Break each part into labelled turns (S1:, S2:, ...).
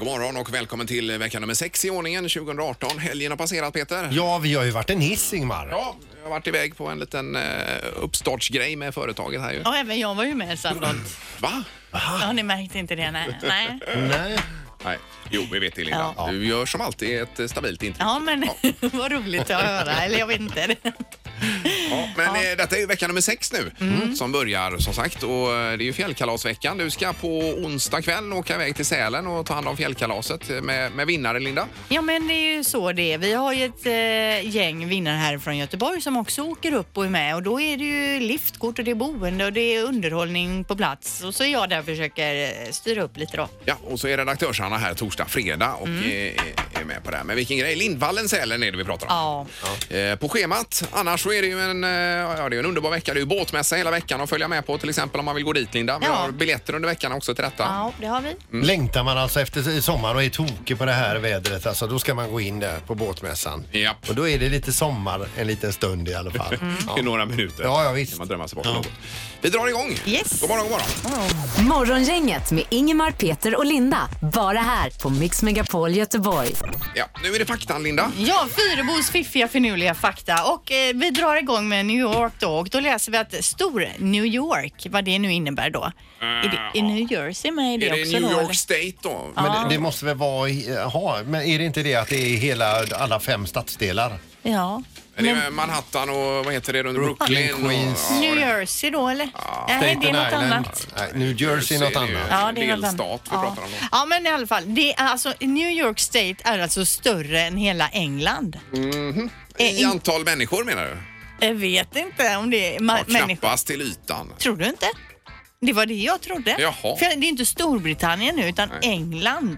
S1: morgon och välkommen till vecka nummer 6 i ordningen 2018. Helgen har passerat Peter.
S2: Ja, vi har ju varit en hiss Ingmar.
S1: Ja, jag har varit iväg på en liten eh, uppstartsgrej med företaget här ju.
S3: Ja, även jag var ju med Charlotte.
S1: Va?
S3: Ja, ni märkte inte det? Nej. nej.
S2: Mm. Nej.
S1: Nej, jo vi vet det Linda.
S3: Ja.
S1: Du gör som alltid ett eh, stabilt intryck.
S3: Ja, men vad roligt att höra. Eller jag vet inte.
S1: Ja, men eh, detta är ju vecka nummer sex nu som börjar som sagt och eh, det är ju fjällkalasveckan. Du ska på onsdag kväll åka iväg till Sälen och ta hand om fjällkalaset eh, med, med vinnare Linda.
S3: Ja, men det är ju så det är. Vi har ju ett eh, gäng vinnare här från Göteborg som också åker upp och är med och då är det ju liftkort och det är boende och det är underhållning på plats och så är jag där och försöker eh, styra upp lite då.
S1: Ja, och så är redaktörsarna här torsdag, fredag och eh, är med på det här. Men vilken grej! Lindvallen Sälen är det vi pratar om.
S3: Ja.
S1: Eh, På schemat, annars så är det ju en, eh, ja, det är en underbar vecka. Det är ju båtmässa hela veckan att följa med på till exempel om man vill gå dit Linda. Vi
S3: Ja.
S1: har biljetter under veckan också till detta.
S3: ja, det har vi.
S1: Mm.
S2: Längtar man alltså efter sommaren och är tokig på det här vädret, alltså, då ska man gå in där på båtmässan.
S1: Japp. Mm.
S2: Och då är det lite sommar en liten stund i alla fall.
S1: I några minuter.
S2: Ja, ja, visst.
S1: Kan man drömma sig bort något. Vi drar igång.
S3: Yes.
S1: God morgon, god morgon.
S4: Morgongänget med Ingemar, Peter och Linda. Bara här på Mix Megapol Göteborg.
S1: Ja, nu är det faktan Linda.
S3: Ja, Fyrebos fiffiga finurliga fakta. Och eh, vi drar igång med New York då. Och då läser vi att stor New York, vad det nu innebär då. är, det, är New Jersey med i det
S1: Mm, Är det
S3: också
S1: New
S3: då?
S1: York
S3: eller?
S1: State då?
S2: Men det, det måste väl vara, i- jaha, men är det inte det att det är hela, alla fem stadsdelar?
S3: Ja.
S1: Men det är Manhattan och vad heter det runt Brooklyn? och-
S2: Queens.
S1: Ja,
S3: New
S1: det-
S3: Jersey då eller? Nej, det är
S2: Staten
S3: något
S2: Island.
S3: annat.
S2: Nej, New Jersey är något
S1: ju
S2: annat.
S3: Ja, det är något annat.
S1: delstat vi pratar om då.
S3: Ja men i alla fall, det är alltså, New York State är alltså större än hela England.
S1: Mhm.
S3: Eh,
S1: I antal människor menar du?
S3: Jag vet inte om det är ma-
S1: Ja,
S3: människor.
S1: knappast till ytan.
S3: Tror du inte? Det var det jag trodde.
S1: Jaha.
S3: För det är ju inte Storbritannien nu utan England.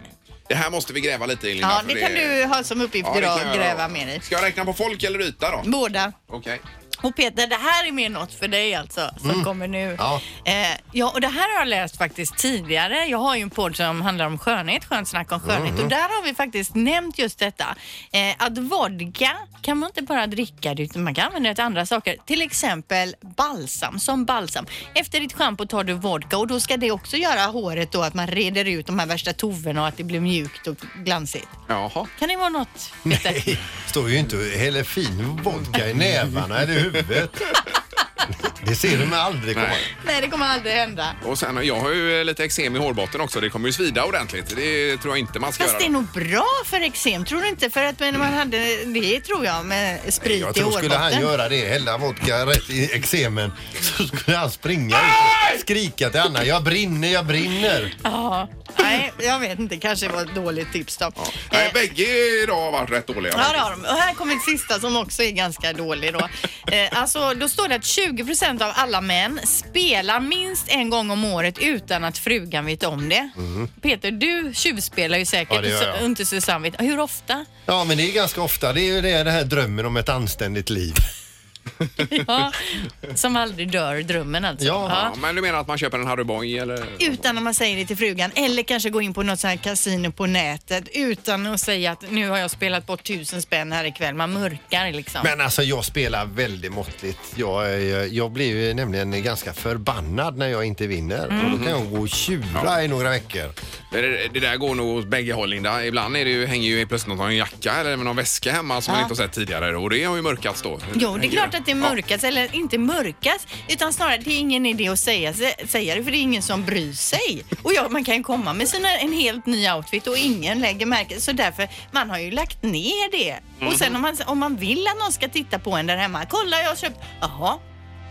S1: Det här måste vi gräva lite i Linda.
S3: Ja,
S1: för
S3: det kan du ha som uppgift
S1: Ja, det kan
S3: idag,
S1: jag göra.
S3: gräva mer i. Mm.
S1: Ska jag räkna på folk eller yta då?
S3: Båda.
S1: Okej.
S3: Och Peter, det här är mer något för dig alltså, som kommer nu.
S2: Ja.
S3: Eh, ja, och det här har jag läst faktiskt tidigare. Jag har ju en podd som handlar om skönhet, skönt snack om skönhet. Och där har vi faktiskt nämnt just detta. Eh, att vodka kan man inte bara dricka, det, utan man kan använda det till andra saker. Till exempel balsam, som balsam. Efter ditt schampo tar du vodka och då ska det också göra håret då att man reder ut de här värsta tovorna och att det blir mjukt och glansigt.
S1: Jaha.
S3: Kan det vara något? Peter?
S2: Står ju inte heller fin vodka i nävarna eller i huvudet. Det ser de aldrig komma.
S1: Nej.
S3: Nej, det kommer aldrig hända.
S1: Och sen, jag har ju eh, lite eksem i hårbotten också. Det kommer ju svida ordentligt. Det tror jag inte man ska
S3: Fast det är
S1: göra.
S3: nog bra för eksem, tror du inte? För att men man hade det tror jag med sprit
S2: Jag
S3: i
S2: tror skulle han
S3: hårbotten.
S2: göra det, hälla vodka rätt i eksemen, så skulle han springa ut och skrika till Anna, jag brinner, jag brinner.
S3: Ja, nej, jag vet inte. Kanske var ett dåligt tips då. Ja,
S1: Nej, bägge idag har varit rätt dåliga.
S3: Ja, det har de. Och här kommer ett sista som också är ganska dålig då. Eh, alltså, då står det att 20 av alla män spelar minst en gång om året utan att frugan vet om det. Peter, du tjuvspelar ju säkert
S2: Mhm. Ja, det gör jag.
S3: och inte Susanne vet. Hur ofta?
S2: Ja, men det är ganska ofta, det är ju det, det här drömmen om ett anständigt liv.
S3: Ja, som aldrig dör, drömmen alltså.
S2: Ja.
S1: Ja, men du menar att man köper en Harry Boy eller?
S3: Utan att man säger det till frugan eller kanske gå in på något sånt här kasino på nätet utan att säga att nu har jag spelat bort tusen spänn här ikväll. Man mörkar liksom.
S2: Men alltså jag spelar väldigt måttligt. Jag, är- jag blir ju nämligen ganska förbannad när jag inte vinner. Och då kan jag gå och tjura i några veckor.
S1: Det, det där går nog åt bägge håll Linda. Ibland är det ju, hänger ju plötsligt någon har en jacka eller någon väska hemma som man
S3: Ja.
S1: inte har sett tidigare och det har ju mörkats då.
S3: Jo, det är
S1: Hänger
S3: klart att det
S1: Ja.
S3: mörkas, eller inte mörkas, utan snarare det är ingen idé att säga, säga det för det är ingen som bryr sig. Och ja, man kan ju komma med sina, en helt ny outfit och ingen lägger märke så därför, man har ju lagt ner det. Och sen om man, om man vill att någon ska titta på en där hemma, kolla jag har köpt, jaha.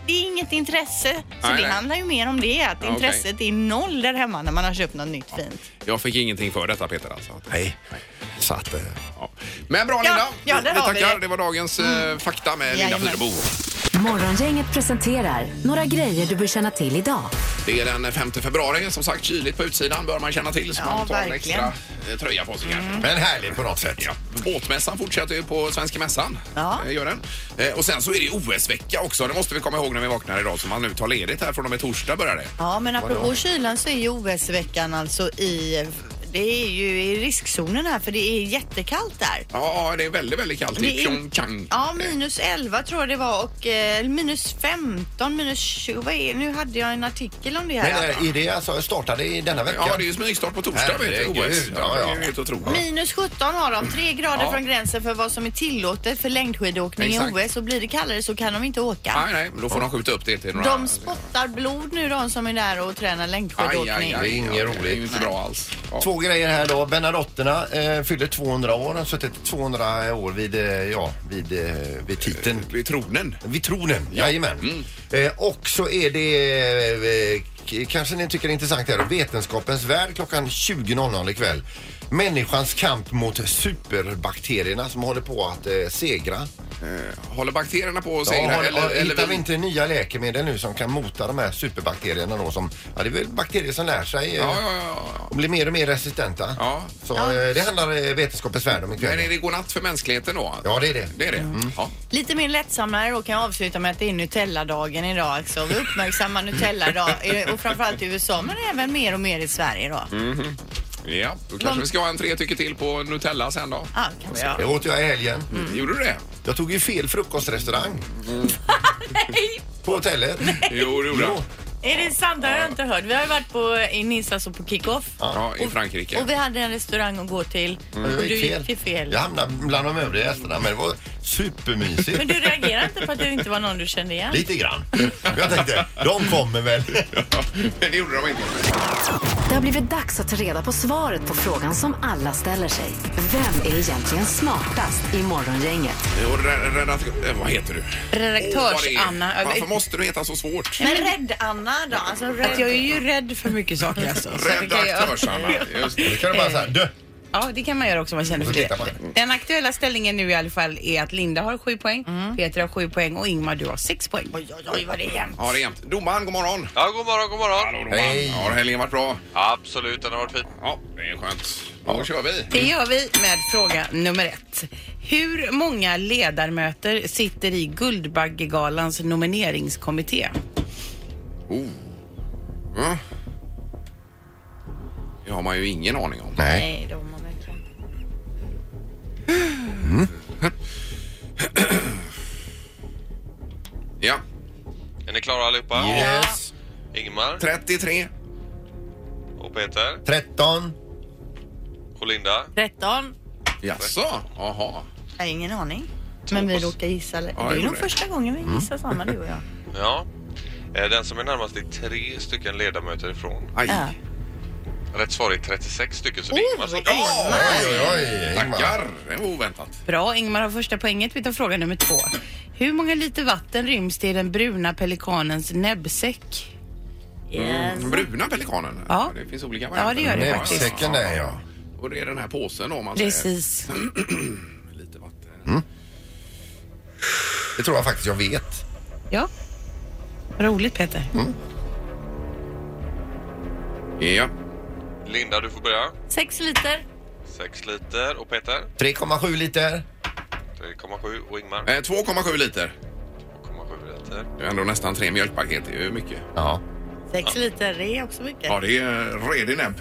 S3: Det är inget intresse, så
S1: Nej,
S3: det
S1: nej.
S3: handlar ju mer om det, att
S1: Ja, okej.
S3: intresset är noll där hemma när man har köpt något nytt fint.
S1: Jag fick ingenting för detta Peter alltså.
S2: Nej. Så att, eh,
S1: Ja. Men bra
S3: Ja,
S1: Linda,
S3: ja,
S1: vi,
S3: där
S1: vi
S3: har vi
S1: tackar.
S3: det. Mm.
S1: det var dagens eh, fakta med Linda
S3: Jajamän.
S1: Fyrebo.
S4: Morgongänget presenterar några grejer du bör känna till idag.
S1: Det är den 5 februari, som sagt kyligt på utsidan bör man känna till så
S3: Ja,
S1: man tar en
S3: verkligen. Mm.
S1: extra eh, tröja på sig kanske.
S2: men härligt på något sätt.
S1: Ja, båtmässan fortsätter ju på Svenska mässan.
S3: Ja.
S1: Eh, Gör den. Eh, Och sen så är det OS-vecka också. Det måste vi komma ihåg när vi vaknar idag. Så man nu tar ledigt här från och med torsdag börjar det.
S3: Ja, men apropå kylan så är ju OS-veckan alltså i... det- Vi är ju i riskzonen här för det är jättekallt där.
S1: Ja, det är väldigt, väldigt kallt
S3: Det
S1: i
S3: är-
S1: Pyeongchang.
S3: Ja, minus 11 tror jag det var och eh, minus 15, minus 20. Vad är, nu hade jag en artikel om det här.
S2: Men är det alltså, startade i denna vecka?
S1: Ja, det är ju smygstart på torsdag vet du,
S2: Herregud,
S1: OS.
S2: ja,
S1: Ja,
S2: ja.
S1: det är ju helt otroligt.
S3: Minus 17 har de, tre grader
S1: Ja.
S3: från gränsen för vad som är tillåtet för längdskidåkning
S1: Exakt.
S3: i OS. Och blir det kallare så kan de inte åka.
S1: Nej, nej, då får de skjuta upp det till några...
S3: De spottar blod nu de som är där och tränar längdskidåkning.
S2: Det är inget
S1: Det är ju
S2: roligt.
S1: inte bra alls. Ja.
S2: Två grejer här då. Bernadotterna eh, fyller 200 år. Har suttit 200 år vid, eh, ja, vid, eh, vid titeln.
S1: Vid tronen.
S2: Vid tronen, jajamän.
S1: Mm.
S2: Eh, och så är det, eh, k- kanske ni tycker det är intressant här, Vetenskapens värld klockan 20.00 ikväll. Människans kamp mot superbakterierna som håller på att eh, segra.
S1: Eh, Håller bakterierna på att
S2: Ja,
S1: segra?
S2: har,
S1: eller,
S2: har,
S1: eller
S2: hittar vi inte nya läkemedel nu som kan mota de här superbakterierna då? Som, ja, det är väl bakterier som lär sig. eh,
S1: Ja, ja, ja. ja.
S2: och blir mer och mer resistenta.
S1: Ja.
S2: Så eh, det handlar eh, Vetenskapens värld om
S1: Men
S2: ikväll.
S1: är det godnatt för mänskligheten då?
S2: Ja, det är det.
S1: Det är det? Ja.
S3: Lite mer lättsammare då kan jag avsluta med att det är Nutelladagen idag. Så vi uppmärksammar Nutella idag eh, och framförallt i USA men även mer och mer i Sverige då.
S1: Mm. ja. Då kanske
S3: Men-
S1: vi ska ha en tre tycker till på Nutella sen då.
S3: Ja, kan vi
S2: Det
S3: göra.
S2: åt jag i helgen.
S3: Mm.
S1: Gjorde du det?
S2: Jag tog ju fel frukostrestaurang.
S1: Mm.
S2: På hotellet.
S1: Jo, det gjorde jag.
S2: Jo.
S3: Är det sant? Det har jag inte hört. Vi har ju varit på, i Nice alltså på kick-off.
S1: Ja, i Frankrike.
S3: Och vi hade en restaurang att gå till och
S2: Jag
S3: du
S2: gick
S3: gick till fel.
S2: Jag hamnade bland de övriga gästerna men det var supermysigt.
S3: Men du reagerade inte på att det inte var någon du kände igen?
S2: Lite grann. Jag tänkte, de kommer väl.
S1: Men det gjorde de inte.
S4: Det har blivit dags att ta reda på svaret på frågan som alla ställer sig. Vem är egentligen smartast i Morgongänget?
S1: Och re- redaktör... eh, Vad heter du? Åh, vad det är.
S5: Redaktörs-Anna.
S1: Varför måste du heta så svårt?
S3: Men Rädd-Anna då? Alltså
S5: Att jag är
S3: rädd.
S5: ju rädd för mycket saker alltså. Så det kan jag-
S1: Redaktörs-Anna. Just
S2: Det
S1: det.
S2: kan du bara säga, du.
S5: Ja, det kan man göra också om man känner för
S2: Titta
S5: det.
S2: på det.
S5: Den aktuella ställningen nu i alla fall är att Linda har sju poäng,
S3: Mm.
S5: Peter har sju poäng och Ingmar du har sex poäng.
S3: Oj, oj, oj vad det är jämnt.
S1: Ja, det är jämnt. Domaren, god morgon.
S6: Ja, god morgon, god morgon.
S1: Hallå, domaren.
S2: Hej.
S1: Har helgen varit bra?
S6: Absolut, den har varit fin.
S1: Ja, det är skönt. Då kör vi.
S5: Det gör vi med fråga nummer ett. Hur många ledamöter sitter i Guldbaggegalans nomineringskommitté?
S1: Oh. Ja. Det har man ju ingen aning om.
S2: Nej.
S3: Nej, då man verkligen.
S1: Ja,
S6: Är ni klara allihopa?
S2: Yes.
S6: Ingmar
S1: 33.
S6: och Peter
S2: 13.
S6: och Linda.
S3: 13.
S1: Jaså? Jaha.
S3: Jag har ingen aning. Men vi råkar gissa. Det
S1: jag gjorde
S3: är nog
S1: det. Mm.
S3: första gången vi gissar samma du och jag.
S6: Ja. Eh, Den som är närmast är tre stycken ledamöter ifrån.
S1: Aj.
S3: Ja.
S6: Rätt svar är 36 stycken, så det
S3: Oh,
S6: är Ingmar som
S3: vad
S6: vinner.
S2: Oj, oj, oj. Ingmar.
S1: Tackar! Det var oväntat.
S5: Bra, Ingmar har första poänget. Vi tar fråga nummer två. Hur många liter vatten ryms det i den bruna pelikanens näbbsäck?
S3: Yes.
S1: Den bruna pelikanen?
S5: Ja.
S1: Det finns olika
S5: Ja, det gör det faktiskt.
S2: Näbbsäcken där ja.
S1: Och det är den här påsen då, om man
S5: Precis.
S1: säger. Lite vatten. Mm.
S2: Det tror jag faktiskt jag vet.
S5: Ja. Roligt Peter.
S1: Mm. Ja.
S6: Linda, du får börja.
S3: Sex liter.
S6: 6 liter och Peter
S2: 3,7 liter.
S6: 3,7 och Ingmar
S1: Eh, 2,7 liter.
S6: 2,7 liter.
S1: Det är ändå nästan tre mjölkpaket. Det är ju mycket.
S2: Ja.
S3: Sex liter, det är också mycket.
S1: Ja, det är eh, redig näbb.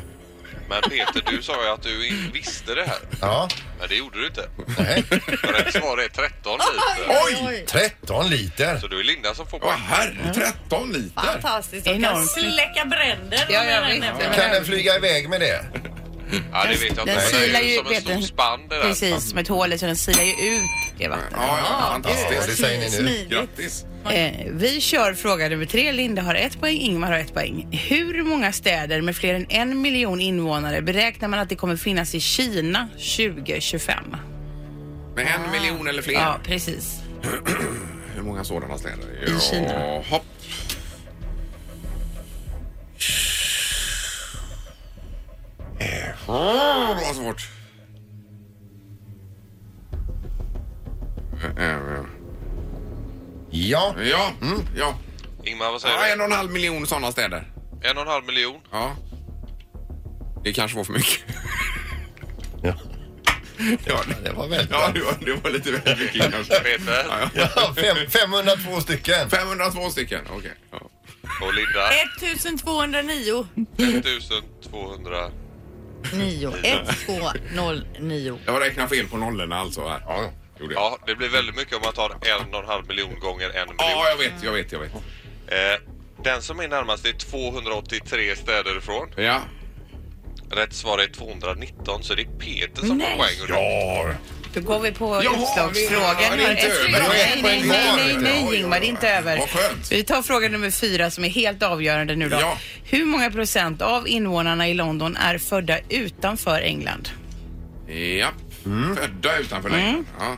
S6: Men Peter, du sa ju att du in- visste det här.
S2: Ja.
S6: Men det gjorde du inte.
S2: Nej.
S6: För Rätt svar är 13 liter.
S1: Oj!
S2: 13 liter.
S6: Så det är Linda som får
S1: Åh
S6: poäng.
S1: herre, 13 liter!
S3: Fantastiskt. Jag kan
S5: Enormt.
S3: släcka bränder.
S5: Ja,
S3: med
S5: jag
S3: den
S5: vet.
S3: här.
S5: Ja.
S2: Kan den flyga iväg med det?
S6: Ja, det vet jag inte.
S5: Den
S6: Men det
S5: silar
S6: är ju
S5: ju
S6: som en stor
S5: bättre.
S6: spann det där.
S5: Precis, som ett hål i, så den silar ju ut det vattnet.
S1: Ja, ja,
S2: Ja, det
S1: fantastiskt.
S2: säger ni nu.
S3: Smidigt.
S1: Grattis!
S5: Eh, vi kör fråga nummer tre. Linda har ett poäng, Ingmar har ett poäng. Hur många städer med fler än en miljon invånare beräknar man att det kommer finnas i Kina 2025?
S1: Med en miljon eller fler.
S5: Ja, precis.
S1: Hur många sådana städer?
S5: I Kina.
S1: Jaha. Eh, Vad svårt. Eh, eh,
S2: Ja.
S1: eh. Ja, ja.
S6: Ingmar, vad
S1: ja.
S6: säger
S1: En
S6: du?
S1: och en halv miljon sådana städer.
S6: En och en halv miljon.
S1: Ja. Det kanske var för mycket.
S2: Ja.
S1: Ja,
S2: Det var väl.
S1: ja det, var, det var lite väl mycket kanske.
S6: Peter
S2: Ja, fem, 502 stycken.
S1: 502 stycken, okej. Ja.
S6: och Linda
S3: 1209.
S6: 1200.
S3: 9. 1, 2, 0, 9.
S1: Jag räknar fel på nollorna alltså. Här. Ja, gjorde jag.
S6: Ja, det blir väldigt mycket om man tar en och en halv miljon gånger en miljon.
S1: ja, jag vet, jag vet, jag vet.
S6: Eh, den som är närmast är 283 städer ifrån.
S1: Ja.
S6: Rätt svar är 219 så det är Peter som
S5: Nej.
S6: får poäng. och det-
S1: Ja.
S5: Då går vi på
S1: Jaha,
S5: utslagsfrågan.
S1: det är- ja, det är inte
S5: här.
S1: över.
S5: Nej,
S1: Det var
S5: nej, nej,
S1: ett poäng
S5: nej,
S1: var.
S5: nej,
S1: Oj, oj,
S5: nej, Ingmar, det är inte över.
S1: Vad skönt.
S5: Vi tar fråga nummer fyra som är helt avgörande nu då.
S1: Ja.
S5: Hur många procent av invånarna i London är födda utanför England?
S1: Ja. Mm. Födda utanför
S3: Mm.
S1: längden. Ja.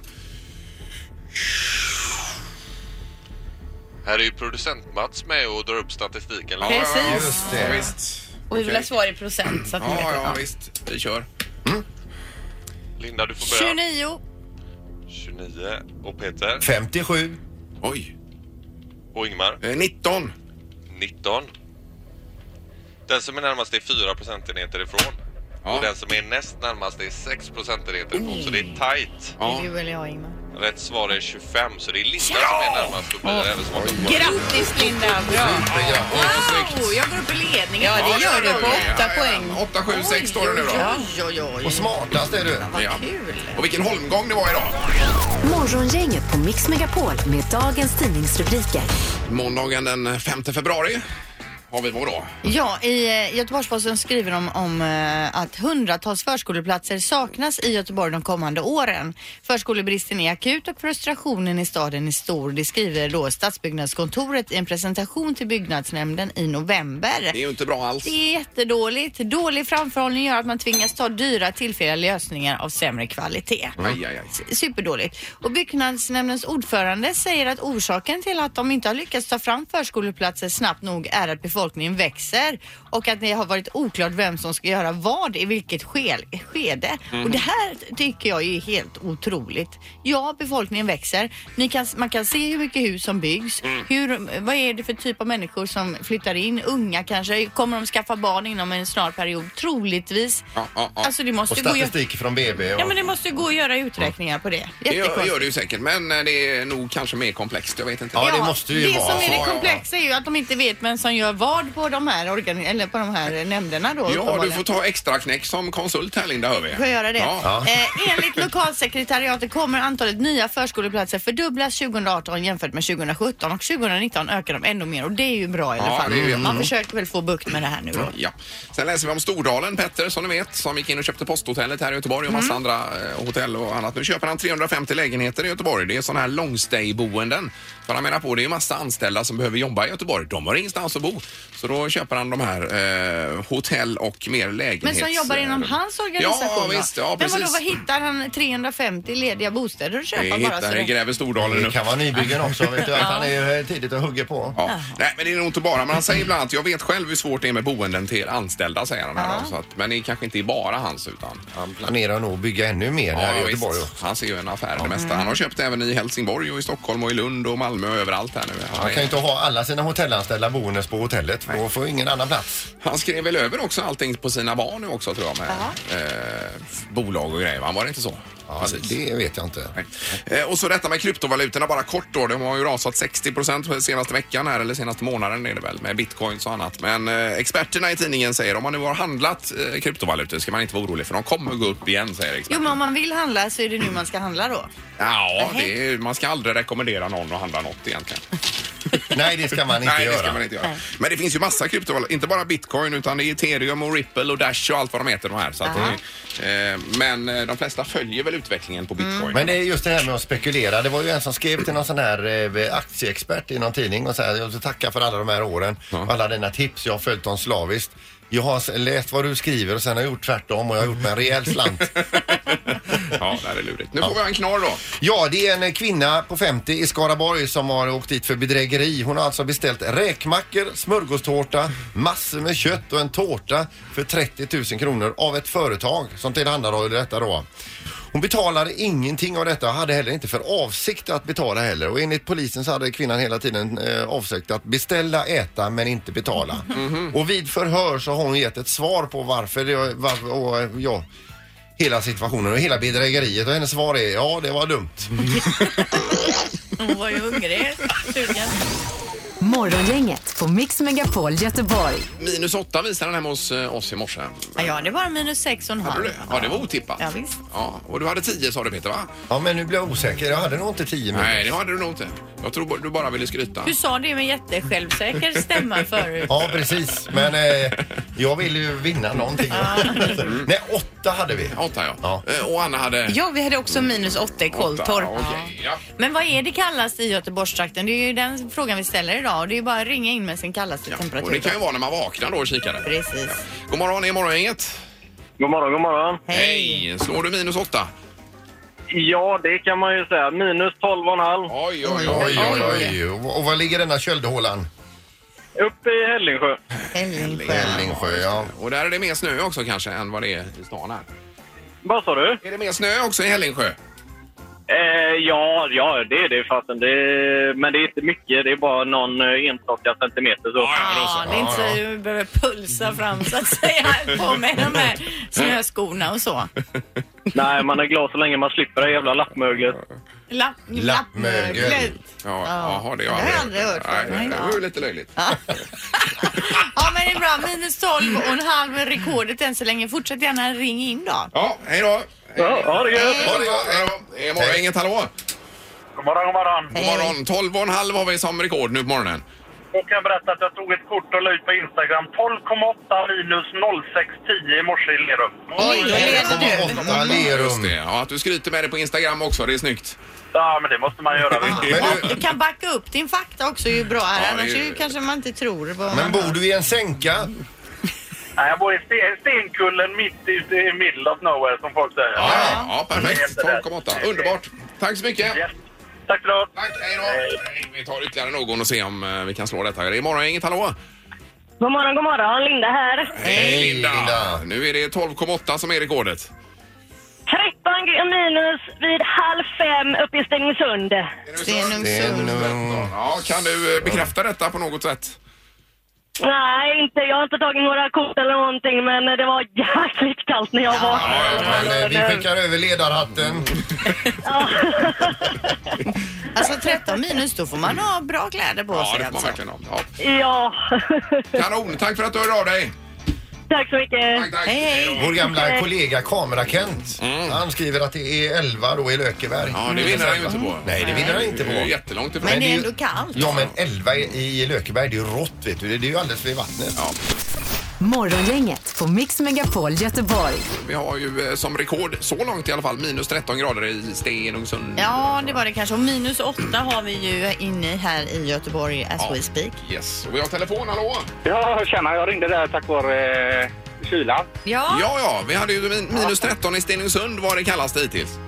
S6: Här är ju producent Mats med och drar upp statistiken.
S1: Ja,
S6: lite.
S1: ja, ja,
S5: Precis.
S1: Ja, visst.
S5: Och vi vill
S1: Okej.
S5: ha svar i procent så att ni vet.
S1: Ja, ja,
S5: det.
S1: visst. Vi kör.
S6: Linda du får börja.
S3: 29.
S6: 29 och Peter
S2: 57.
S1: Oj.
S6: och Ingmar
S1: Eh, 19.
S6: 19. Den som är närmast är 4 procentenheter ifrån.
S1: Ja.
S6: Och den som är näst närmast är 6 procentenheter ifrån så det är tight.
S1: Ja.
S3: Du eller jag, Ingmar?
S6: Rätt svar är 25 så det är Linda som är närmast och blir även svaret.
S5: Grattis Linda! Bra!
S3: Wow, jag går upp i ledningen.
S5: Ja, det
S1: Ja,
S5: gör du på
S1: ja, ja,
S5: åtta
S1: ja.
S5: poäng.
S1: 8, 7, 6 står det nu då.
S3: Oj, oj, oj.
S2: Och smartast är du.
S3: Vad
S1: Ja.
S3: kul.
S1: Och vilken holmgång det var idag.
S4: Morgongänget på Mix Megapol med dagens tidningsrubriker.
S1: Måndagen den 5 februari har vi vår dag.
S3: Ja, i eh, Göteborgs-Posten skriver de om eh, att hundratals förskoleplatser saknas i Göteborg de kommande åren. Förskolebristen är akut och frustrationen i staden är stor. Det skriver då Stadsbyggnadskontoret i en presentation till byggnadsnämnden i november.
S1: Det är ju inte bra alls.
S3: Det är jättedåligt. Dålig framförhållning gör att man tvingas ta dyra tillfälliga lösningar av sämre kvalitet.
S1: Aj, aj, aj.
S3: Superdåligt. Och byggnadsnämndens ordförande säger att orsaken till att de inte har lyckats ta fram förskoleplatser snabbt nog är att befolkningen växer och att det har varit oklart vem som ska göra vad i vilket skel, skede.
S1: Mm.
S3: Och det här tycker jag är helt otroligt. Ja, befolkningen växer. Ni kan, man kan se hur mycket hus som byggs.
S1: Mm.
S3: Hur, vad är det för typ av människor som flyttar in? Unga kanske? Kommer de skaffa barn inom en snar period? Troligtvis.
S1: Ja, ja, ja.
S3: Alltså det måste
S2: Och
S3: gå att göra-
S2: statistik från BB. Och...
S3: Ja men det måste ju gå att göra uträkningar på det.
S1: Det gör,
S3: Jättekonstigt.
S1: gör det ju säkert, men eh, det är nog kanske mer komplext. Jag vet inte.
S2: Ja, det måste ju
S3: det
S2: vara.
S3: som är
S1: Ja,
S3: det
S1: ja.
S3: komplexa är ju att de inte vet vem som gör vad på de här, organ- eller på de här nämnderna då.
S1: Ja, du
S3: uppenbarligen.
S1: får ta extra knäck som konsult här Linda, hör vi.
S3: Får jag göra det?
S1: Ja.
S3: Eh, enligt lokalsekretariatet kommer antalet nya förskoleplatser fördubblas 2018 jämfört med 2017 och 2019 ökar de ännu mer och det är ju bra i alla
S1: Ja,
S3: fall.
S1: det är ju
S3: Man
S1: jättebra.
S3: försöker väl få bukt med det här nu då.
S1: Ja. Sen läser vi om Stordalen, Petter, som ni vet, som gick in och köpte posthotellet här i Göteborg och
S3: Mm.
S1: massa andra eh, hotell och annat. Nu köper han 350 lägenheter i Göteborg. Det är sådana här långstay-boenden. För han menar på, det är ju massa anställda som behöver jobba i Göteborg. De har ingenstans att bo. Så då köper han de här eh, hotell och mer
S3: Men
S1: lägenhets... eh,
S3: som jobbar inom hans organisation
S1: Ja,
S3: då?
S1: visst. Ja,
S3: Men vadå,
S1: precis.
S3: vad hittar han 350 lediga bostäder att
S1: Vi
S3: köpa bara? Så
S1: hittar i
S3: det...
S1: Gräve Stordalen
S2: Det
S1: nu.
S2: kan vara nybyggen också. Vet du, att han är eh, tidigt och hugger på.
S1: Ja. Nej, men det är nog inte bara. Men han säger bland annat, jag vet själv hur svårt det är med boenden till anställda, säger han. Här, då. så att, men det kanske inte är bara hans, utan...
S2: Han planerar nog att bygga ännu mer här i Göteborg. också.
S1: Han ser ju en affär i det mesta. Han har köpt även i Helsingborg och i Stockholm och i Lund och Malmö och överallt här nu. Han,
S2: Han
S1: är-
S2: kan ju inte ha alla sina hotellanställda boendes på hotellet. Då får ingen annan plats.
S1: han skrev väl över också allting på sina barn nu också tror jag med eh, bolag och grejer. va? Var det inte så?
S2: Ja, Alltså, det vet jag inte.
S1: Eh, Och så detta med kryptovalutorna bara kort då. De har ju rasat 60 procent senaste veckan här eller senaste månaden är det väl med bitcoins och annat. Men eh, experterna i tidningen säger om man nu har handlat eh, kryptovalutor ska man inte vara orolig för de kommer gå upp igen säger
S3: Jo
S1: experterna.
S3: men om man vill handla så är det nu man ska handla då.
S1: Ja, det är, man ska aldrig rekommendera någon att handla något egentligen.
S2: Nej, det ska man inte
S1: Nej,
S2: göra.
S1: det ska man inte göra. Men det finns ju massa kryptovalutor, inte bara bitcoin utan det är ethereum och ripple och dash och allt vad de heter de här. Så att, det- eh, men eh, de flesta följer väl utvecklingen
S3: Mm.
S1: på bitcoin.
S2: Men det är just det här med att spekulera. Det var ju en som skrev till någon sån här eh, aktieexpert i någon tidning och sa jag vill tacka för alla de här åren och alla dina tips. Jag har följt dem slaviskt. Jag har s- läst vad du skriver och sen har jag gjort tvärtom och jag har gjort mig en rejäl slant.
S1: Ja, det här är lurigt. Nu får vi ha en knorr då.
S2: Ja, det är en kvinna på 50 i Skaraborg som har åkt dit för bedrägeri. Hon har alltså beställt räkmackor, smörgåstårta, massor med kött och en tårta för 30 000 kronor av ett företag som tillhandahåller detta då. Hon betalade ingenting av detta och hade heller inte för avsikt att betala heller. Och enligt polisen så hade kvinnan hela tiden eh, avsikt att beställa, äta men inte betala. Och vid förhör så har hon gett ett svar på varför, det, varför och, ja, hela situationen och hela bedrägeriet och hennes svar är ja, det var dumt.
S3: Hon var ju hungrig. Sugen.
S4: Morgongänget på Mix Megapol Göteborg.
S1: Minus åtta visar den hemma hos eh, oss i morse.
S3: Ja, jag hade bara minus sex och en
S1: Hade
S3: halv.
S1: du det? Ja, det var otippat.
S3: Ja, visst.
S1: Ja, och du hade tio sa du Peter va?
S2: Ja, men nu blir jag osäker. Jag hade nog inte 10 minuter.
S1: Nej, det hade du nog inte. Jag tror bara- du bara ville skryta.
S3: Du sa det med jättesjälvsäker stämma förut.
S2: Ja, precis. Men eh, jag vill ju vinna någonting. Nej, åtta hade vi.
S1: Åtta ja.
S2: Ja.
S1: Eh, Och Anna hade...
S5: Ja, vi hade också minus åtta i Kolltorp.
S1: Åtta, okej, ja.
S3: Men vad är det kallast i Göteborgstrakten? Det är ju den frågan vi ställer idag. Och Det är ju bara att ringa in med sin kallaste
S1: Ja. Och
S3: temperatur.
S1: det kan ju vara när man vaknar då och kikar.
S3: Precis.
S1: God morgon, är morgongänget?
S7: God morgon, god morgon.
S1: Hej. Slår du minus åtta?
S7: Ja, det kan man ju säga. Minus 12,5.
S1: Oj, oj,
S2: Oj,
S1: oj.
S2: oj, oj. Och och var ligger denna köldhålan?
S7: Upp i Hällingsjö.
S3: Hällingsjö.
S2: Hällingsjö, ja.
S1: Och där är det mer snö också kanske än vad det är i stan här.
S7: Vad sa du?
S1: Är det mer snö också i Hällingsjö?
S7: Eh, ja, ja, det är det fasen. Det är, men det är inte mycket. Det är bara någon eh, enstaka centimeter så.
S3: Ja, det är inte så du behöver pulsa fram så att säga på med de här snöskorna och så.
S7: Nej, man är glad så länge man slipper det jävla lappmöglet.
S3: Lapp,
S2: Lappmögel.
S3: lappmöglet.
S1: Ja,
S3: Ja.
S1: jaha, det har
S3: Det har jag aldrig hört förut.
S1: Nej,
S3: Nej,
S1: det
S3: ja.
S1: var ju lite löjligt.
S3: Ja, men det är bra. Minus 12 och en halv är rekordet än så länge. Fortsätt gärna ring in då.
S1: Ja, hej då.
S7: Ja, ha det gött!
S1: Ha det gott. Hej då. Är morgongänget, hallå?
S7: God morgon, god morgon.
S1: God morgon. 12 och en halv har vi som rekord nu på morgonen.
S7: Och kan berätta att jag tog ett kort och la ut på Instagram. 12,8 minus 0610 i morse i Lerum.
S3: Oj, då leder
S2: 1,8
S3: du.
S1: Just det.
S2: lerum.
S1: Ja, att du skryter med det på Instagram också, det är snyggt.
S7: Ja, men det måste man göra. Vet du.
S2: Men,
S3: Och
S2: du,
S3: du kan backa upp din fakta också är ju bra
S1: Ja,
S3: här.
S1: det är
S3: Annars
S1: ju-
S3: är ju... kanske man inte tror vad
S2: men
S3: man
S2: bor du i en sänka?
S7: Nej, jag bor i Sten- Stenkullen mitt ute i middle of nowhere som folk säger.
S1: Ja, ja perfekt.
S7: Det är jättebra.
S1: 12,8. Underbart. Tack så mycket.
S7: Ja. Tack för det.
S1: Tack, hej då. Hej, Vi tar ytterligare någon och ser om eh, vi kan slå detta. Det är morgongänget, hallå?
S8: God morgon, god morgon. Linda här.
S1: Hej Linda.
S2: Linda.
S1: Nu är det 12,8 som är rekordet.
S8: 13 minus vid halv fem uppe i Stenungsund.
S3: Stenungsund.
S1: Ja, kan du eh, bekräfta detta på något sätt?
S8: Nej, inte. jag har inte tagit några kort eller någonting, men det var jäkligt kallt när jag var.
S2: Men, eh, vi skickar över ledarhatten.
S3: Alltså 13 minus, då får man ha bra kläder på
S1: Ja,
S3: sig
S1: det får man
S3: alltså.
S1: verkligen ha. Ja.
S8: Ja,
S1: Kanon, tack för att du hörde av dig.
S8: tack så mycket.
S1: Tack, tack.
S3: Hej, hej.
S2: Vår
S3: Mm.
S2: gamla kollega Kamera-Kent. Han skriver att det är 11 då i Lökeberg.
S1: Mm. Ja, det vinner han ju inte på.
S2: Nej, det vinner han inte
S1: Det är ju
S2: på.
S1: jättelångt ifrån.
S3: Men det är
S2: ju-
S3: ändå kallt.
S2: Ja, men 11 i Lökeberg, det är ju rått vet du. Det är ju alldeles vid vattnet.
S1: Ja,
S4: Morgongänget på Mix Megapol Göteborg.
S1: vi har ju eh, som rekord, så långt i alla fall, minus 13 grader i Stenungsund.
S3: Ja, det var det kanske. Och minus 8 har vi ju inne här i Göteborg as
S1: Ja.
S3: we speak.
S1: Yes, och vi har telefon, hallå?
S7: Ja, tjena. Jag ringde där tack vare eh, kylan.
S3: Ja,
S1: Ja, ja, vi hade ju min, minus 13 i Stenungsund var det kallaste hittills.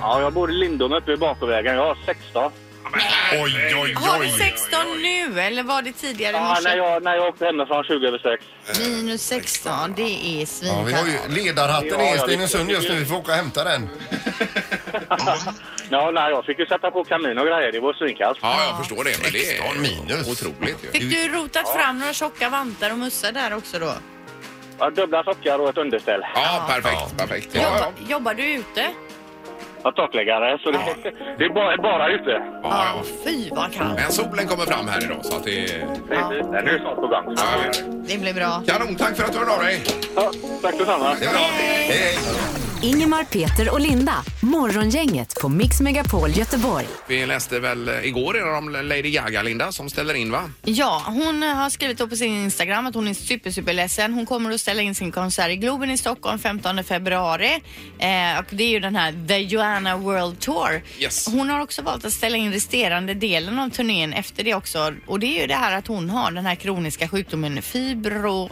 S7: Ja, jag bor i Lindom uppe i Bakovägen. Jag har 16.
S2: Oj, oj,
S3: har du 16 nu eller var det tidigare i
S7: Ja, när,
S3: morse?
S7: jag, när jag åkte hemifrån 20 över 6.
S3: Minus 16, det är
S2: Ja, vi har ju
S3: svinkallt.
S2: ledarhatten
S7: Ja,
S2: är i
S7: ja,
S2: Stenungsund
S7: det-
S2: just nu. Vi får åka och hämta den.
S7: Ja, nej, jag fick ju sätta på kamin och grejer. Det var svinkallt.
S1: Ja, jag förstår det. Men det
S2: 16 minus.
S1: Otroligt ju.
S3: Fick du rotat fram några tjocka vantar och mössa där också då?
S7: Jag har dubbla sockar och ett underställ.
S1: Ja, perfekt, perfekt. Ja, ja.
S3: Jobba, jobbar du ute?
S7: Jag har takläggare, så det, det är bara, bara ute.
S1: ja, ja.
S3: Fy vad kallt.
S1: Men solen kommer fram här idag så att det...
S7: Precis. Den är ju snart på gång.
S1: Ja, ja, ja.
S3: Det blir bra.
S1: Kanon, tack för att du hörde av dig.
S7: Ja, tack detsamma.
S2: Det är bra. Hej, hej.
S4: Ingemar, Peter och Linda. Morgongänget på Mix Megapol Göteborg.
S1: Vi läste väl igår redan om Lady Gaga, Linda, som ställer in va?
S3: Ja, hon eh, har skrivit då på sin Instagram att hon är super, super ledsen. Hon kommer att ställa in sin konsert i Globen i Stockholm 15 februari. Eh, och det är ju den här The Joanna World Tour.
S1: Yes.
S3: Hon har också valt att ställa in resterande delen av turnén efter det också. Och det är ju det här att hon har den här kroniska sjukdomen fibro,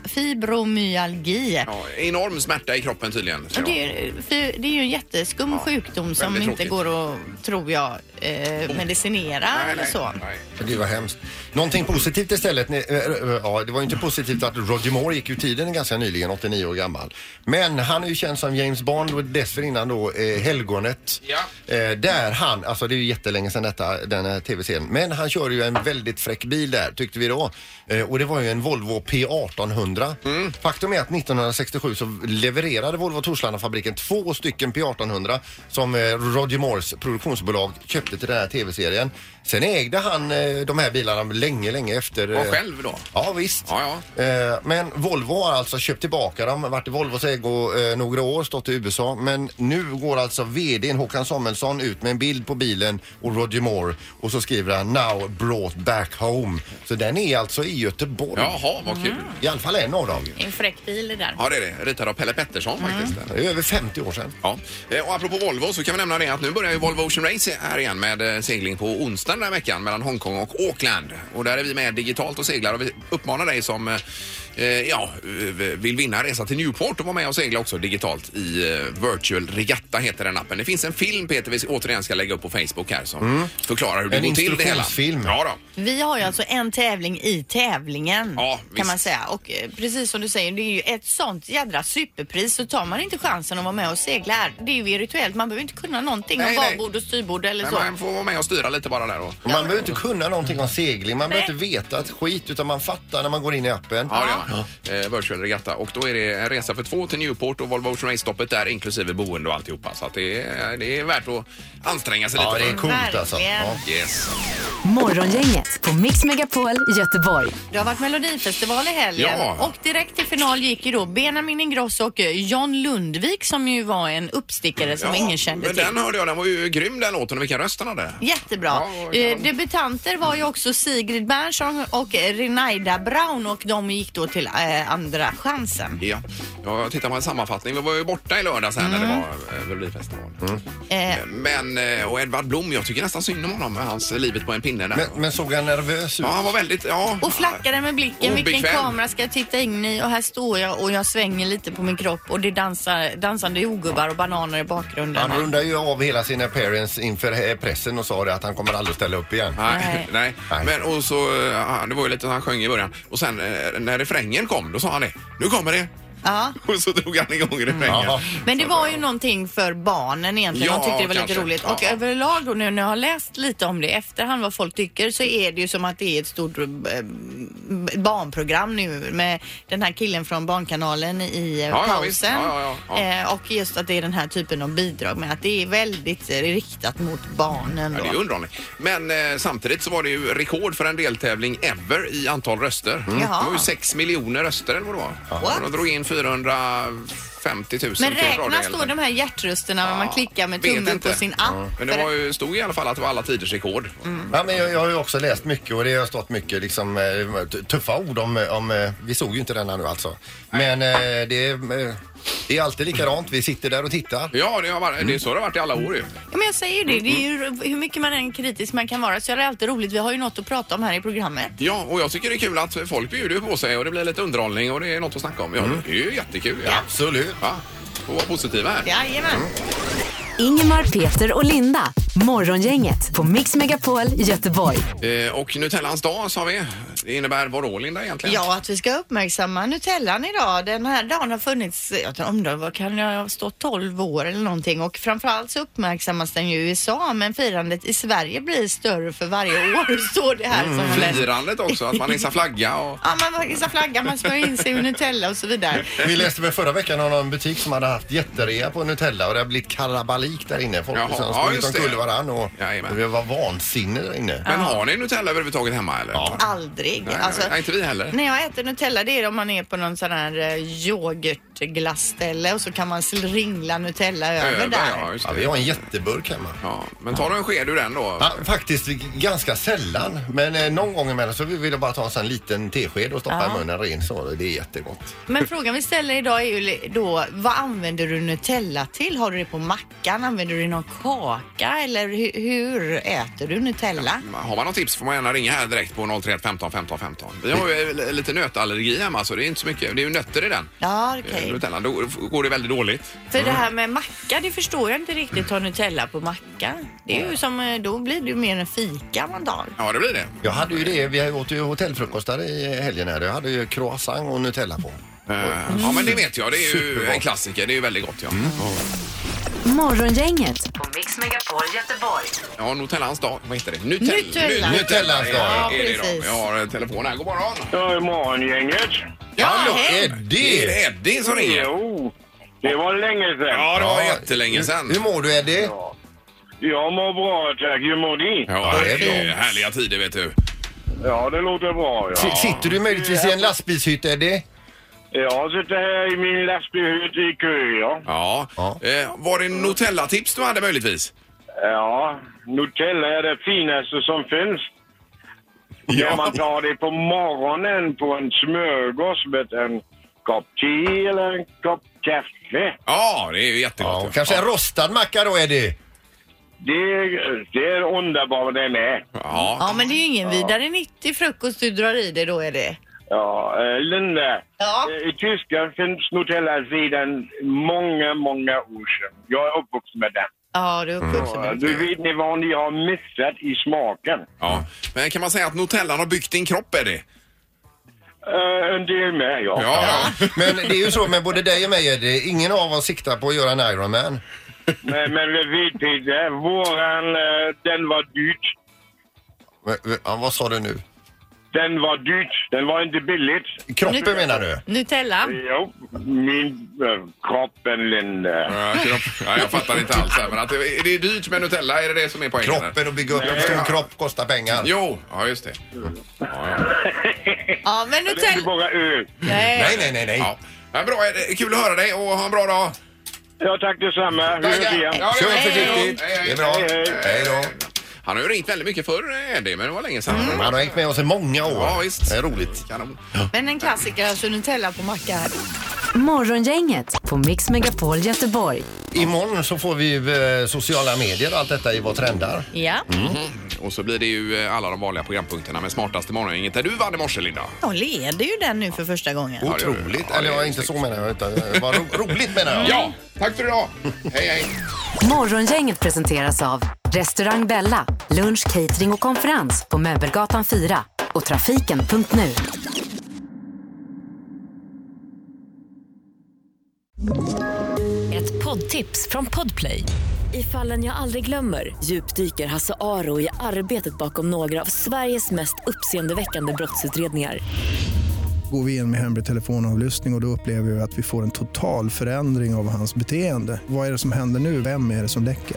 S3: fibromyalgi.
S1: Ja, enorm smärta i kroppen tydligen.
S3: Och
S1: säger
S3: Det är, ju- för det är ju en jätteskum sjukdom som
S1: väldigt
S3: inte
S1: tråkigt.
S3: går att, tror jag, eh, medicinera
S1: hon.
S3: eller så.
S1: nej.
S2: Gud vad hemskt. Någonting positivt istället. ni- eh, eh, Ja, det var ju inte positivt att Roger Moore gick ur tiden ganska nyligen, 89 år gammal. Men han är ju känd som James Bond och dessförinnan då eh, Helgonet.
S1: Ja.
S2: Eh, där han, alltså det är ju jättelänge sedan detta, den här tv-serien. Men han körde ju en väldigt fräck bil där tyckte vi då. Eh, och det var ju en Volvo P1800. Faktum är att 1967 så levererade Volvo Torslanda fabriken två stycken P1800 som eh, Roger Moores produktionsbolag köpte släppte till den här tv-serien. Sen ägde han eh, de här bilarna länge, länge efter.
S1: Och
S2: eh,
S1: själv då?
S2: Ja visst.
S1: Ja,
S2: Eh, Men Volvo har alltså köpt tillbaka dem, varit i Volvos ägo eh, några år, stått i USA. Men nu går alltså VDn Håkan Samuelsson ut med en bild på bilen och Roger Moore och så skriver han Now brought back home. Så den är alltså i Göteborg.
S1: Jaha, vad kul.
S3: Ah.
S2: I alla fall en av dem.
S3: En fräck bil det där.
S1: Ja, det är det. Ritad av Pelle Pettersson
S3: Mm.
S1: faktiskt.
S2: Det är över 50 år sedan.
S1: Ja. Eh, Och apropå Volvo så kan vi nämna det att nu börjar ju Volvo Ocean Race här igen med eh, segling på onsdag den här veckan mellan Hongkong och Auckland. Och där är vi med digitalt och seglar och vi uppmanar dig som eh, eh, ja, eh, vill vinna en resa till Newport och vara med och segla också digitalt i eh, Virtual Regatta heter den appen. Det finns en film Peter vi återigen ska lägga upp på Facebook här som förklarar hur det
S2: Mm. En
S1: går till det hela.
S2: instruktionsfilm.
S1: Ja, då.
S3: Vi har ju alltså en tävling i tävlingen
S1: Ja, visst.
S3: kan man säga. Och eh, precis som du säger, det är ju ett sånt jädra superpris så tar man inte chansen att vara med och segla här. Det är ju virtuellt, man behöver inte kunna någonting
S1: Nej,
S3: om
S1: nej.
S3: babord och styrbord eller
S1: Men
S3: så.
S1: man får vara med och styra lite bara där då.
S2: Och Man behöver inte kunna någonting om segling, man behöver inte veta ett skit utan man fattar när man går in i appen.
S1: Ja, det gör man. Eh, virtual regatta. Och då är det en resa för två till Newport och Volvo Ocean Race-stoppet där inklusive boende och alltihopa. Så att det, är, det är värt att anstränga sig
S2: Ja,
S1: lite.
S2: det är coolt alltså.
S3: Verkligen.
S2: Ja.
S1: cool. Yes.
S4: Morgongänget på Mix Megapol Göteborg.
S3: Det har varit melodifestival i helgen
S1: Ja.
S3: och direkt till final gick ju då Benjamin Ingrosso och eh, John Lundvik som ju var en uppstickare som ingen kände
S1: men
S3: till.
S1: den hörde jag, den var ju grym den låten och vilken röst den hade.
S3: Jättebra.
S1: Ja, ja.
S3: Eh, debutanter var ju också Sigrid Bernson och Renaida Brown och de gick då till eh, andra chansen.
S1: Ja, jag tittar på en sammanfattning. Vi var ju borta i lördags här när det var eh, Melodifestivalen.
S3: Eh,
S1: Men, eh, och Edvard Blom, jag tycker nästan synd om honom med hans eh, Livet på en pinne där.
S2: Men, men såg han nervös ut?
S1: ja, han var väldigt, ja.
S3: och flackade med blicken. Vilken
S1: Obekväm.
S3: kamera ska jag titta in i? Och här står jag och jag svänger lite på min kropp och det dansar dansande jordgubbar och bananer i bakgrunden.
S2: Han rundar ju av hela sina appearance inför eh, pressen och sa det att han kommer aldrig ställa upp igen.
S1: Nej, nej.
S2: Nej.
S1: Men och så, eh, han- det var ju lite han sjöng i början. Och sen eh, när refrängen kom, då sa han det. Nu kommer det!
S3: Ja.
S1: Och så drog han igång refrängen.
S2: Ja.
S3: Men det var ju någonting för barnen egentligen.
S1: Ja,
S3: De tyckte det var
S1: kanske.
S3: lite roligt. Och
S1: Ja.
S3: överlag då, nu när jag har läst lite om det i efterhand vad folk tycker så är det ju som att det är ett stort eh, barnprogram nu med den här killen från Barnkanalen i eh,
S1: Ja, ja, visst.
S3: pausen.
S1: Ja, ja, ja.
S3: Eh, och just att det är den här typen av bidrag med att det är väldigt eh, riktat mot barnen.
S1: Ja,
S3: Då.
S1: det är ju underhållning. Men eh, samtidigt så var det ju rekord för en deltävling ever i antal röster.
S3: Mm. Jaha.
S1: Det var ju 6 miljoner röster eller vad det var. Och de drog in 450 000.
S3: Men
S1: till
S3: räknas
S1: radio
S3: då de här hjärtrösterna när man klickar med
S1: vet
S3: tummen
S1: inte.
S3: på sin app? Mm.
S1: Men det var ju, stod i alla fall att det var alla tiders rekord.
S2: Ja, men jag, jag har ju också läst mycket och det har stått mycket liksom, eh, t- tuffa ord om, om... eh, Vi såg ju inte denna nu alltså. Men eh, det, är, eh, det är alltid likadant. Vi sitter där och tittar.
S1: Ja, det, har varit, det är så det har varit i alla år ju.
S3: Ja, men jag säger det. Det är
S1: Mm.
S3: ju hur mycket man än kritisk man kan vara så är det alltid roligt. Vi har ju något att prata om här i programmet.
S1: Ja, och jag tycker det är kul att folk bjuder ju på sig och det blir lite underhållning och det är något att snacka om. Ja, det är ju jättekul. Ja.
S2: Absolut.
S1: Ja. Och vara positiva här.
S3: Jajamän.
S1: Mm,
S4: Ingemar, Peter och Linda. Morgongänget på Mix Megapol Göteborg.
S1: Eh, och Nutellans dag sa vi. Det innebär vad då Linda egentligen?
S3: Ja, att vi ska uppmärksamma Nutellan idag. Den här dagen har funnits, jag tror om det var, kan jag ha stått 12 år eller någonting och framförallt så uppmärksammas den ju i USA men firandet i Sverige blir större för varje år. Står det här
S1: Mm,
S3: som jag läste.
S1: Firandet också, att man hissar flagga och...
S3: Ja, man hissar flaggan, man smörjer in sig i Nutella och så vidare.
S2: Vi läste väl förra veckan om någon butik som hade haft jätterea på Nutella och det har blivit kalabalik där inne. Folk
S1: Jaha,
S2: har liksom
S1: ja,
S2: sprungit
S1: just det.
S2: omkull varann och
S1: Jajamän.
S2: det var vansinne där inne.
S1: Men har ni Nutella överhuvudtaget hemma eller? Ja.
S3: Aldrig.
S1: Nej,
S3: alltså,
S1: nej, inte vi heller.
S3: När jag äter Nutella det är om man är på någon sån här eh, yoghurtglassställe och så kan man ringla Nutella över,
S1: Över,
S3: där.
S1: ja, just
S2: Ja,
S1: det.
S2: vi har en jätteburk hemma.
S1: Ja, men tar du en sked ur den då?
S2: Ja, faktiskt ganska sällan. Men eh, någon gång emellan så vill jag bara ta en sån liten tesked och stoppa
S3: Ja.
S2: i munnen ren så. Det är jättegott.
S3: Men frågan vi ställer idag är ju li- då vad använder du Nutella till? Har du det på mackan? Använder du det i någon kaka? Eller hu- hur äter du Nutella?
S1: Har man något tips får man gärna ringa här direkt på 031 15 15 15. Vi har ju eh, lite nötallergi hemma så det är inte så mycket. Det är ju nötter i den.
S3: Ja,
S1: eh,
S3: okej.
S1: Nutellan. Då går det väldigt dåligt.
S3: För det här med macka, det förstår jag inte riktigt. Ta Nutella på macka. Det är ju som, eh, då blir det ju mer en fika man tar.
S1: Ja, det blir det.
S2: Jag hade ju det, vi åt ju hotellfrukost där i helgen här. Jag hade ju croissant och Nutella på.
S1: Eh, Ja, men det vet jag. Det är ju
S2: Mm. Superbra. Mm.
S1: en klassiker. Det är ju väldigt gott. Ja,
S4: Morgongänget på Mix Megapol Göteborg.
S1: ja Nutellans dag. Vad heter det? Nutell-
S3: Nutella.
S1: Nu-
S2: Nutellans dag.
S1: Ja, är det
S3: Ja,
S1: idag.
S3: precis.
S1: Jag har en telefon här. God morgon.
S7: God morgon, gänget.
S2: Ja, Hallå
S3: hej.
S1: Det
S2: Eddie!
S1: är Eddie som ringer.
S7: Jo, Oh, det var länge sedan.
S1: Ja, det var jättelänge
S2: Hur
S1: sedan.
S2: mår du Eddie?
S7: Ja. Jag mår bra tack. Hur mår ni?
S1: Ja,
S2: det
S1: det
S2: är bra.
S1: är härliga tider vet du.
S7: Ja, det låter bra.
S2: S- Sitter du möjligtvis i en lastbilshytt, är det?
S7: Jag sitter här i min lastbilhytt i kö, ja.
S1: Ja.
S2: Ja.
S1: Eh, var det Nutella-tips du hade möjligtvis?
S7: Ja, Nutella är det finaste som finns. När man tar det på morgonen på en smörgås med en kopp te eller en kopp kaffe.
S1: Ja, det är ju jättegott.
S2: Ja,
S1: ju.
S2: kanske en
S1: ja.
S2: rostad macka då, är det?
S7: Det, det är underbart det med.
S1: ja.
S3: Ja, men det är ju ingen vidare nyttig frukost du drar i dig då är det.
S7: Ja, eh, Linda.
S3: Ja.
S7: eh, I Tyskland finns Nutella sedan många, många år sedan. Jag är uppvuxen med den.
S3: Ja, du är uppvuxen
S7: Ja,
S3: med
S7: Du vet ni vad ni har missat i smaken?
S1: ja. Men kan man säga att Nutellan har byggt din kropp, är det?
S7: Eh, En del med, ja.
S1: Ja.
S2: Men det är ju så med både dig och mig, är det ingen av oss siktar på att göra en Ironman.
S7: Men, men vi vet Peter, våran, eh, den var dyrt.
S2: Men- men- Ja, vad sa du nu?
S7: Den var dyrt. Den var inte billigt.
S2: Kroppen menar du?
S3: Nutella.
S7: Jo, min äh, kroppen, eh. Linda.
S1: Ja, kropp- ja, jag fattar inte alls här, men att det, är det dyrt med Nutella? Är det det som är poängen? här?
S2: Kroppen och bygga upp en stor kropp kostar pengar.
S1: Jo, ja just det.
S3: Ja, men
S7: Det är inte
S3: Nutella.
S7: bara öl.
S2: Nej, nej, nej, nej.
S1: Ja. Ja, bra, är det- kul att höra dig och ha en bra dag.
S7: Ja, tack detsamma. Vi hörs igen.
S1: Ja, det
S2: Kör
S1: gör vi.
S2: försiktigt.
S1: Hej, hej.
S2: Det är bra.
S7: Hej, hej.
S2: Hej då.
S1: Han har ju ringt väldigt mycket förr, Eddie, men det var länge sedan.
S2: Han har hängt med oss i många år.
S1: Ja, visst.
S2: Det är roligt.
S1: Kanon.
S3: Men en klassiker, alltså Nutella på macka här.
S4: Morgongänget på Mix Megapol Göteborg.
S2: Imorgon så får vi ju eh, sociala medier och allt detta i vad trendar.
S3: Ja.
S1: Och så blir det ju eh, alla de vanliga programpunkterna med smartaste morgongänget där du vann i morse, Linda.
S3: Jag leder ju den nu för första gången.
S1: Ja, det gör du.
S2: Otroligt.
S1: Ja, det
S2: Eller
S1: är
S2: jag inte så menar jag utan eh, vad ro roligt menar jag.
S1: Ja, tack för idag. Hej, hej.
S4: Morgongänget presenteras av Restaurang Bella, lunch, catering och konferens på Möbelgatan 4 och Trafiken.nu.
S9: Ett poddtips från Podplay. I fallen jag aldrig glömmer djupdyker Hasse Aro i arbetet bakom några av Sveriges mest uppseendeväckande brottsutredningar.
S10: Går vi in med hemlig telefonavlyssning och, och då upplever vi att vi får en total förändring av hans beteende. Vad är det som händer nu? Vem är det som läcker?